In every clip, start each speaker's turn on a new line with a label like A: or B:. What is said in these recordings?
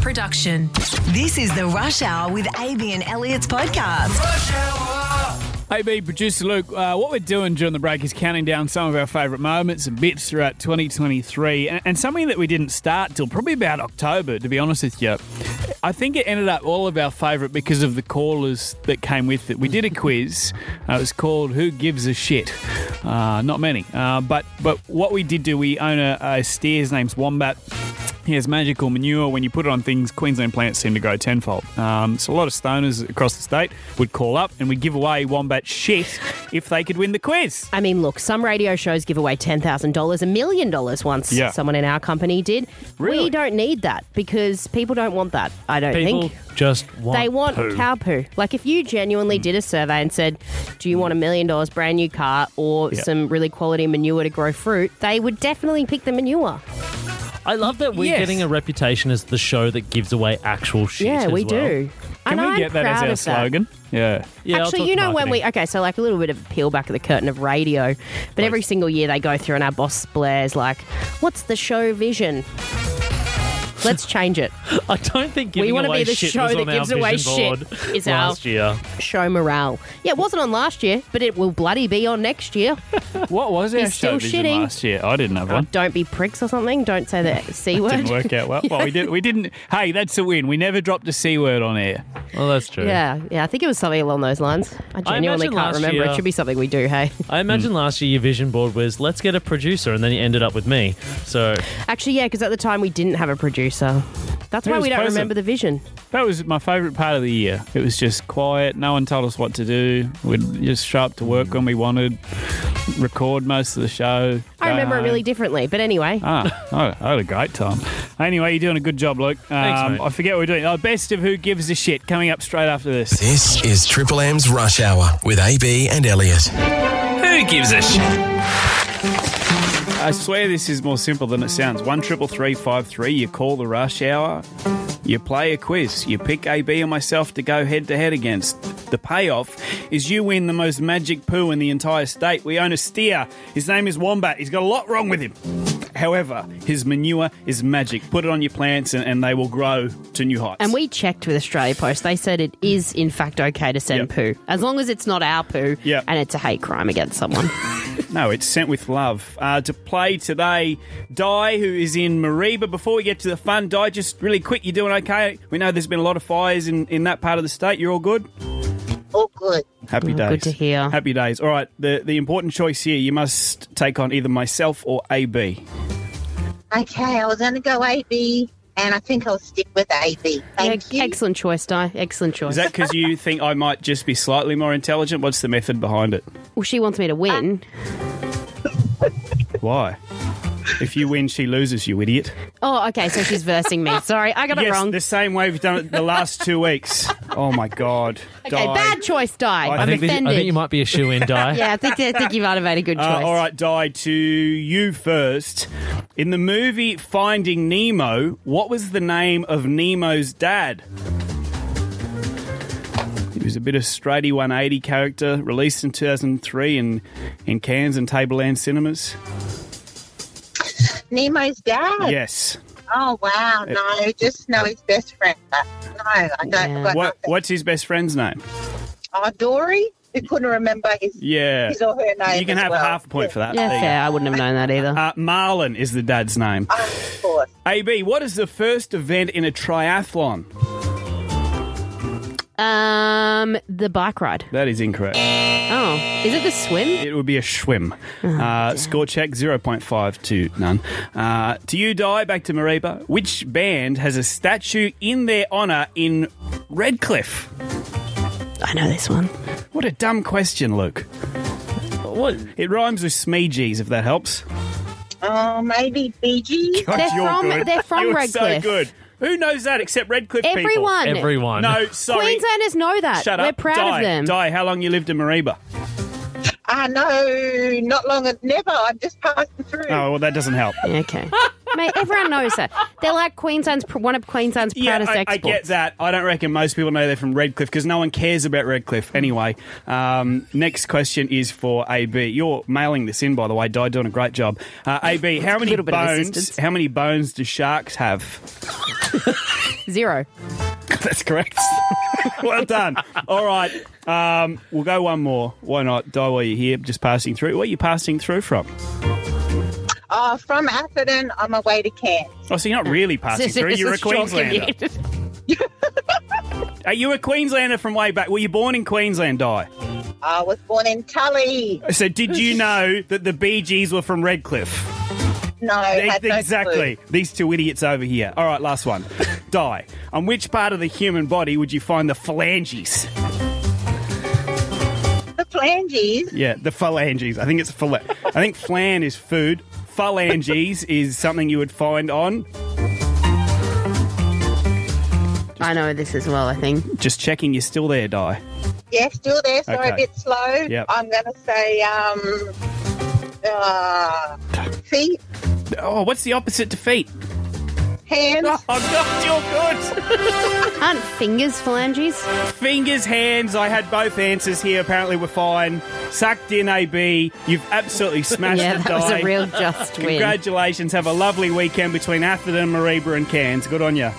A: production.
B: This is the Rush Hour with AB and Elliot's podcast.
C: AB producer Luke, uh, what we're doing during the break is counting down some of our favourite moments and bits throughout 2023, and, and something that we didn't start till probably about October, to be honest with you. I think it ended up all of our favourite because of the callers that came with it. We did a quiz. Uh, it was called "Who Gives a Shit." Uh, not many, uh, but but what we did do, we own a, a steer. His name's Wombat. He has magical manure. When you put it on things, Queensland plants seem to grow tenfold. Um, so a lot of stoners across the state would call up and we'd give away wombat shit if they could win the quiz.
D: I mean, look, some radio shows give away $10,000, a million dollars once
C: Yeah.
D: someone in our company did.
C: Really?
D: We don't need that because people don't want that, I don't
E: People
D: think.
E: just want.
D: They want cow poo. Like, if you
C: Mm.
D: genuinely did a survey and said, Do you want a million dollars, brand new car, or
C: Yeah.
D: some really quality manure to grow fruit? They would definitely pick the manure.
E: I love that we're
C: Yes.
E: getting a reputation as the show that gives away actual shit.
D: yeah,
E: as
D: we
E: well.
D: do.
C: Can
D: and
C: we
D: I'm
C: get that
D: proud
C: as our
D: of that.
C: slogan? Yeah.
E: Yeah, I'll talk
D: Actually,
E: to
D: you know when we
E: marketing.
D: okay, so like a little bit of peel back of the curtain of radio, but every single year they go through and our boss blares like, "What's the show vision?" Let's change it.
E: I don't think
D: We
E: giving
D: wanna be
E: away
D: the
E: shit
D: show
E: was
D: that
E: on our
D: gives away
E: vision
D: shit
E: board
D: is our-
E: last year.
D: Show morale. Yeah, it wasn't on last year, but it will bloody be on next year.
C: What was our
D: He's
C: show
D: still
C: vision
D: shitting.
C: last year? I didn't have
D: Oh,
C: one.
D: don't be pricks or something. Don't say the c word.
C: Didn't work out well. Well, we did. We didn't. Hey, that's a win. We never dropped a c word on air.
E: Well, that's true.
D: Yeah, yeah. I think it was something along those lines. I genuinely
E: imagine
D: can't
E: last
D: remember.
E: year-
D: It should be something we do. Hey,
E: I imagine last year your vision board was let's get a producer, and then you ended up with me. So
D: actually, yeah, because at the time we didn't have a producer. That's
C: Who
D: why
C: was
D: we don't
C: present?
D: remember the vision.
C: That was my favourite part of the year. It was just quiet. No one told us what to do. We'd just show up to work when we wanted, record most of the show.
D: I
C: go
D: remember it
C: home.
D: really differently, but anyway.
C: Ah, I, I had a great time. Anyway, you're doing a good job, Luke. Um,
E: mate.
C: I forget what we're doing. Oh, best of who gives a shit coming up straight after this.
F: This is Triple M's Rush Hour with AB and Elliot.
C: Who gives a shit? I swear this is more simple than it sounds. One triple three five three. You call the rush hour. You play a quiz. You pick AB and myself to go head to head against. The payoff is you win the most magic poo in the entire state. We own a steer. His name is Wombat. He's got a lot wrong with him. However, his manure is magic. Put it on your plants and, and they will grow to new heights.
D: And we checked with Australia Post. They said it is, in fact, okay to send
C: Yep.
D: poo, as long as it's not our poo
C: Yep.
D: and it's a hate crime against someone.
C: No, it's sent with love. Uh, to play today, Di, who is in Mariba. Before we get to the fun, Di, just really quick, you doing okay? We know there's been a lot of fires in, in that part of the state. You're all good?
G: All good.
C: Happy days.
D: Oh, good to hear.
C: Happy days. All right, the, the important choice here, you must take on either myself or AB.
G: Okay, I was going to go AB, and I think I'll stick with AB. Thank
D: Yeah,
G: you.
D: Excellent choice, Di. Excellent choice.
C: Is that because you think I might just be slightly more intelligent? What's the method behind it?
D: well, she wants me to
G: Um,
D: win.
C: Why? If you win, she loses, you idiot.
D: oh, okay. So she's versing me. Sorry, I got it
C: yes,
D: wrong.
C: the same way we've done it the last two weeks. Oh my God.
D: okay,
C: Di.
D: bad choice, Di.
C: I
D: I'm
E: I think, this- I
D: offended.
E: think you might be a shoe in, Di.
D: yeah, I think I think you've made a good choice.
C: Uh, all right, Di, to you first. In the movie Finding Nemo, what was the name of Nemo's dad? He was a bit of straighty 180 character, released in 2003 in, in Cairns and Tableland cinemas.
G: Nemo's dad.
C: Yes.
G: Oh wow, no, just know his best friend. But no, I don't.
D: Yeah.
G: Got
C: What,
G: nothing.
C: what's his best friend's name?
G: Oh, Dory. Who couldn't remember his
C: Yeah.
G: his or her name?
C: You can
G: as
C: have
G: well.
C: half a point for that.
D: Yeah,
C: There you
D: fair. I wouldn't have known that either.
C: go. Uh, Marlon is the dad's name.
G: Oh, of course.
C: AB, what is the first event in a triathlon?
D: Um, the bike ride.
C: That is incorrect.
D: Oh, is it the swim?
C: It would be a swim.
D: Oh,
C: uh, score check 0.5 to none. Uh, to you, Di, back to Mariba. Which band has a statue in their honour in Redcliffe?
D: I know this one.
C: What a dumb question, Luke.
E: What?
C: It rhymes with Smeegees, if that helps.
G: Oh, maybe BG.
C: God,
D: They're
C: you're
D: from-
C: good.
D: they're from
C: You're so
D: Redcliffe.
C: good. Who knows that except Redcliffe
D: Everyone.
E: Everyone.
C: people? No, sorry.
D: Queenslanders know that.
C: Shut up.
D: We're proud
C: Di,
D: of them.
C: Di, how long you lived in Mariba?
G: Ah, no, not long. Never. I'm just passing through.
C: Oh, well, that Oh, doesn't help.
D: Okay. Mate, everyone knows that. They're like Queensland's pr- one of Queensland's
C: Yeah,
D: proudest
C: I, I
D: exports.
C: get that. I don't reckon most people know they're from Redcliffe because no one cares about Redcliffe anyway. Um, next question is for AB. You're mailing this in, by the way. Di doing a great job. Uh, AB, how many
D: Little bit of
C: bones?
D: assistance.
C: How many bones do sharks have?
D: Zero.
C: That's correct. well done. All right, um, we'll go one more. Why not? Di, while you're here, just passing through. Where are you passing through from?
G: Oh, from Atherton on my way to Cairns.
C: Oh, so you're not really passing
D: This is
C: through. You're a
D: shocking.
C: Queenslander. Are you a Queenslander from way back? Were you born in Queensland, Di?
G: I was born in Tully.
C: So did you know that the Bee Gees were from Redcliffe?
G: No, had no
C: exactly. These two idiots over here. All right, last one. Di. On which part of the human body would you find the phalanges?
G: clue. The phalanges.
C: Yeah, the phalanges. I think it's phala- I think flan is food. Phalanges is something you would find on.
D: I know this as well, I think.
C: Just checking you're still there, Di.
G: Yeah, still there. Sorry,
C: Okay.
G: a bit slow.
C: Yep.
G: I'm going to say um, uh, feet,
C: Oh, what's the opposite to feet?
G: hands.
C: Oh, God, you're good.
D: Aren't fingers phalanges?
C: Fingers, hands. I had both answers here. Apparently, we're fine. Sucked in, AB. You've absolutely smashed
D: yeah,
C: it,
D: that was
C: Di.
D: a real just win.
C: Congratulations. Have a lovely weekend between Atherton, Mareeba, and Cairns. Good on you.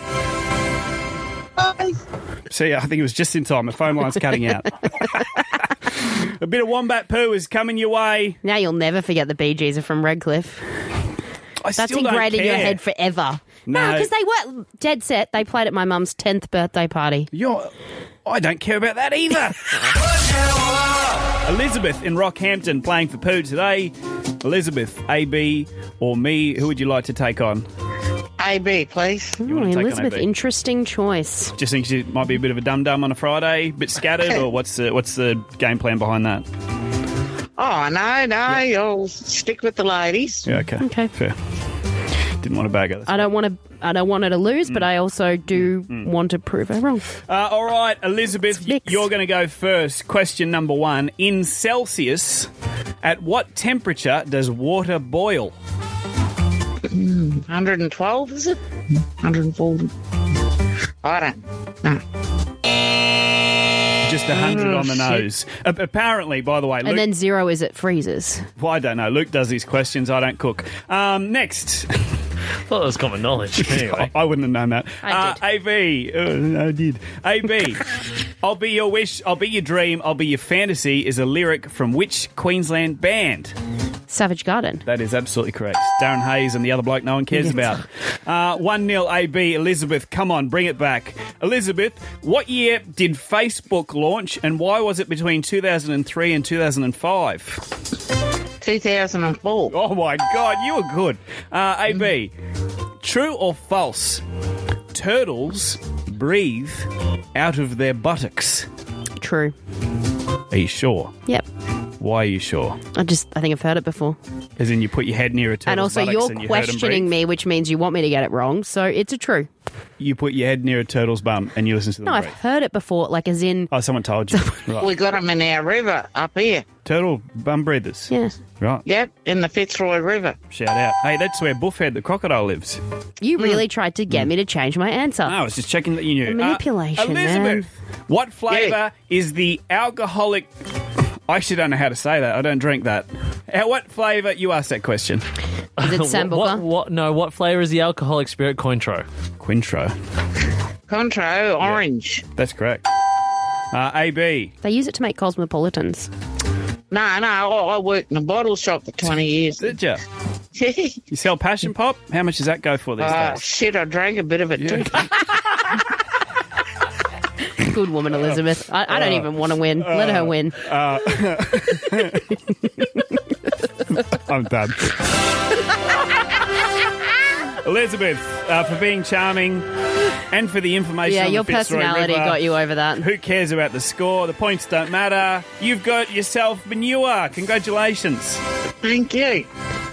G: Guys,
C: See, I think it was just in time. The phone line's cutting out. a bit of wombat poo is coming your way.
D: Now you'll never forget the Bee Gees are from Redcliffe.
C: I
D: That's
C: still don't
D: ingrained in your
C: care.
D: head forever.
C: No.
D: No, because they were dead set. They played at my mum's 10th birthday party.
C: You're, I don't care about that either. Elizabeth in Rockhampton playing for poo today. Elizabeth, AB, or me, who would you like to take on?
H: AB, please.
C: You want
D: Ooh,
C: to take
D: Elizabeth,
C: on AB?
D: interesting choice.
C: Just think she might be a bit of a dum dum on a Friday, a bit scattered, or what's the what's the game plan behind that?
H: Oh, no, no, you'll oh, stick with the ladies.
C: Yeah, okay.
D: Okay.
C: Fair. Didn't want to bag it.
D: I don't want to. I don't want her to lose,
C: Mm.
D: but I also do want to prove her wrong.
C: Uh, all right, Elizabeth,
D: It's
C: y-
D: mixed.
C: you're going to go first. Question number one In Celsius, at what temperature does water boil?
H: 112, is it? 140. I don't know.
C: Just 100 on the nose. A- apparently, by the way, Luke,
D: Oh, And then zero is it freezes.
C: well, I don't know. Luke does these questions, I don't cook. Um, next.
E: I thought that was common knowledge.
C: I,
E: Anyway.
C: I wouldn't have known that.
D: I
C: uh, AB, uh, I did. AB, I'll be your wish, I'll be your dream, I'll be your fantasy is a lyric from which Queensland band?
D: Savage Garden.
C: That is absolutely correct. Darren Hayes and the other bloke no one cares about. Uh, 1 0 AB, Elizabeth, come on, bring it back. Elizabeth, what year did Facebook launch and why was it between 2003 and 2005?
H: 2004.
C: Oh my god, you were good. Uh, AB, true or false? Turtles breathe out of their buttocks.
D: True.
C: Are you sure?
D: Yep.
C: Why are you sure?
D: I just. I think I've heard it before.
C: As in, you put your head near a turtle's
D: and also,
C: buttocks
D: you're
C: and you heard 'em
D: questioning
C: breathe.
D: me, which means you want me to get it wrong. So it's a true.
C: You put your head near a turtle's bum and you listen to them
D: No, I've
C: breathe.
D: heard it before. Like as in.
C: Oh, someone told you. right.
H: We got them in our river up here.
C: Turtle bum breathers.
D: Yeah.
C: Right.
H: Yep, in the Fitzroy River.
C: Shout out. Hey, that's where Buffhead the crocodile lives.
D: You
C: Hmm.
D: really tried to get me to change my answer.
C: No, I was just checking that you knew. Ah,
D: Manipulation,
C: Elizabeth, what flavour
H: Yeah.
C: is the alcoholic? I actually don't know how to say that. I don't drink that. Uh, What flavour? You asked that question.
D: Is it
E: What, what,
D: Sambuca?
E: what, no, what flavour is the alcoholic spirit Cointreau?
C: Quintro.
H: Contro, orange.
C: That's correct. Uh, AB.
D: They use it to make cosmopolitans.
H: No, no, I, I worked in a bottle shop for 20 years.
C: Did you? You sell passion pop? How much does that go for these
H: Ah,
C: days?
H: shit, I drank a bit of it too.
D: Good woman, Elizabeth. I, I don't even want to win.
C: Oh,
D: Let her win.
C: I'm done. Elizabeth, uh, for being charming and for the information.
D: Yeah,
C: on the
D: your
C: Fitzroy
D: personality
C: River.
D: got you over that.
C: Who cares about the score? The points don't matter. You've got yourself manure. Congratulations.
H: Thank you.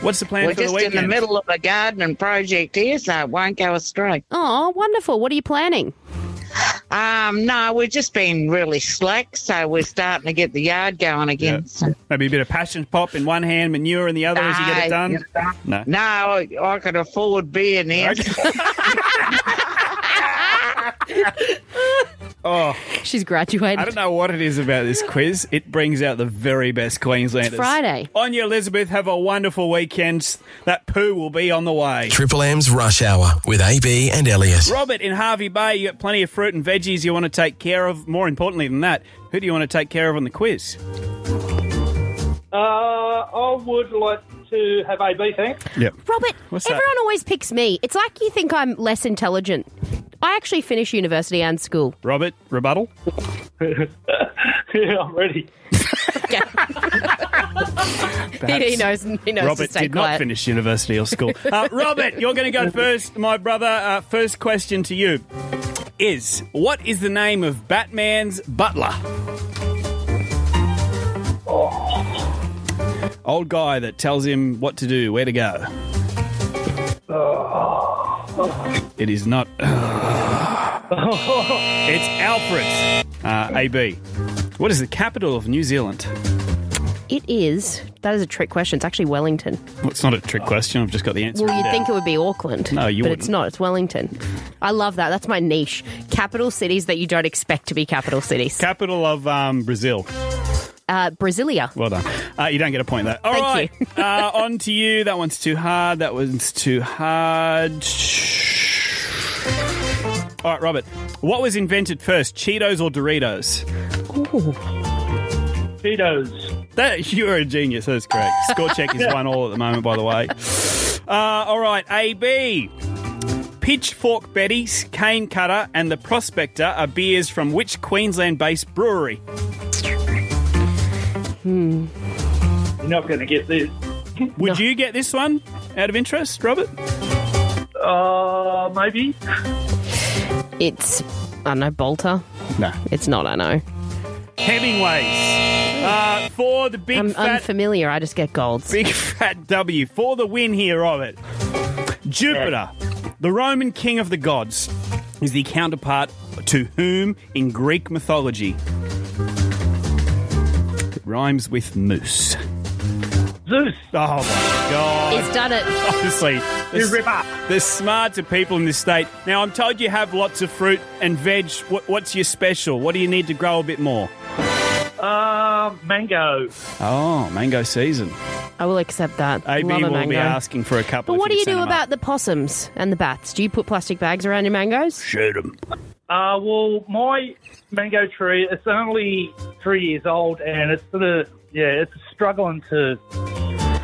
C: What's the plan
H: We're
C: for the
H: just in
C: weekend?
H: the middle of a gardening project here, so it won't go astray.
D: Oh, wonderful. What are you planning?
H: Um, no, we've just been really slack, so we're starting to get the yard going again. So-
C: Maybe a bit of passion pop in one hand, manure in the other as you get it
H: Ah,
C: done. No.
H: No, I, I can afford beer now.
C: Oh,
D: She's graduated.
C: I don't know what it is about this quiz. It brings out the very best Queenslanders.
D: It's Friday.
C: On you, Elizabeth. Have a wonderful weekend. That poo will be on the way.
F: Triple M's Rush Hour with AB and Elliot.
C: Robert in Harvey Bay, you got plenty of fruit and veggies you want to take care of. More importantly than that, who do you want to take care of on the quiz?
I: Uh, I would like to have AB, thanks.
C: Yep.
D: Robert,
C: What's that?
D: everyone always picks me. It's like you think I'm less intelligent. I actually finished university and school.
C: Robert, rebuttal?
I: yeah, I'm ready.
D: He, he knows. He knows to
C: Robert
D: stay
C: did not
D: quiet.
C: finish university or school. uh, Robert, you're going to go first, my brother. Uh, first question to you is What is the name of Batman's butler? Old guy that tells him what to do, where to go. It is not. it's Alfred. Uh, AB. What is the capital of New Zealand?
D: It is. That is a trick question. It's actually Wellington.
C: Well, it's not a trick question. I've just got the answer.
D: Well,
C: written
D: you'd
C: down.
D: think it would be Auckland.
C: No, you
D: But
C: wouldn't.
D: it's not. It's Wellington. I love that. That's my niche. Capital cities that you don't expect to be capital cities.
C: Capital of um, Brazil.
D: Uh, Brasilia.
C: Well done. Uh, you don't get a point there. All
D: Thank
C: right, uh, on to you. That one's too hard. That one's too hard. All right, Robert. What was invented first, Cheetos or Doritos?
I: Cheetos.
C: That you are a genius. That's correct. Score check is one all at the moment, by the way. Uh, all right, AB. Pitchfork Betty's, Cane Cutter, and the Prospector are beers from which Queensland-based brewery?
I: You're not going to get this.
C: Would you get this one out of interest, Robert?
I: Uh, maybe.
D: It's. I don't know, Bolter.
C: No.
D: It's not, I know.
C: Hemingways. Uh, for the big
D: I'm
C: fat
D: unfamiliar. I just get golds.
C: big fat W for the win here, Robert. Jupiter, the Roman king of the gods, is the counterpart to whom in Greek mythology? It rhymes with moose.
I: Zeus.
C: Oh my god.
D: He's done it.
C: Honestly,
I: You
C: the,
I: rip up.
C: the smarter people in this state. Now, I'm told you have lots of fruit and veg. What, what's your special? What do you need to grow a bit more?
I: Uh, mango.
C: Oh, mango season.
D: I will accept that.
C: AB
D: Love a
C: will
D: mango.
C: be asking for a couple.
D: But
C: if
D: what do you
C: send
D: do
C: them
D: about
C: up.
D: the possums and the bats? Do you put plastic bags around your mangoes?
C: shoot them?
I: Uh, well, my mango tree, it's only three years old and it's sort of, yeah, it's struggling to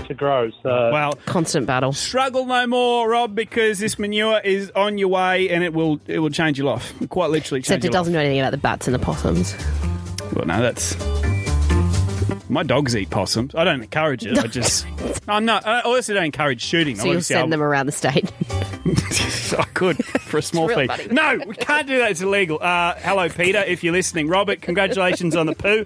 I: to grow. So,
C: Well,
D: Constant battle.
C: struggle no more, Rob, because this manure is on your way, and it will it will change your life. Quite literally, change
D: Except it
C: your
D: doesn't know anything about the bats and the possums.
C: life. Well, no, that's. My dogs eat possums. I don't encourage it. I just, I'm not. I also don't encourage shooting.
D: So
C: I
D: you'll
C: wouldn't say
D: send
C: I-
D: them around the state.
C: I could for a small
D: It's real
C: fee.
D: funny.
C: No, we can't do that. It's illegal. Uh, hello, Peter, if you're listening. Robert, congratulations on the poo.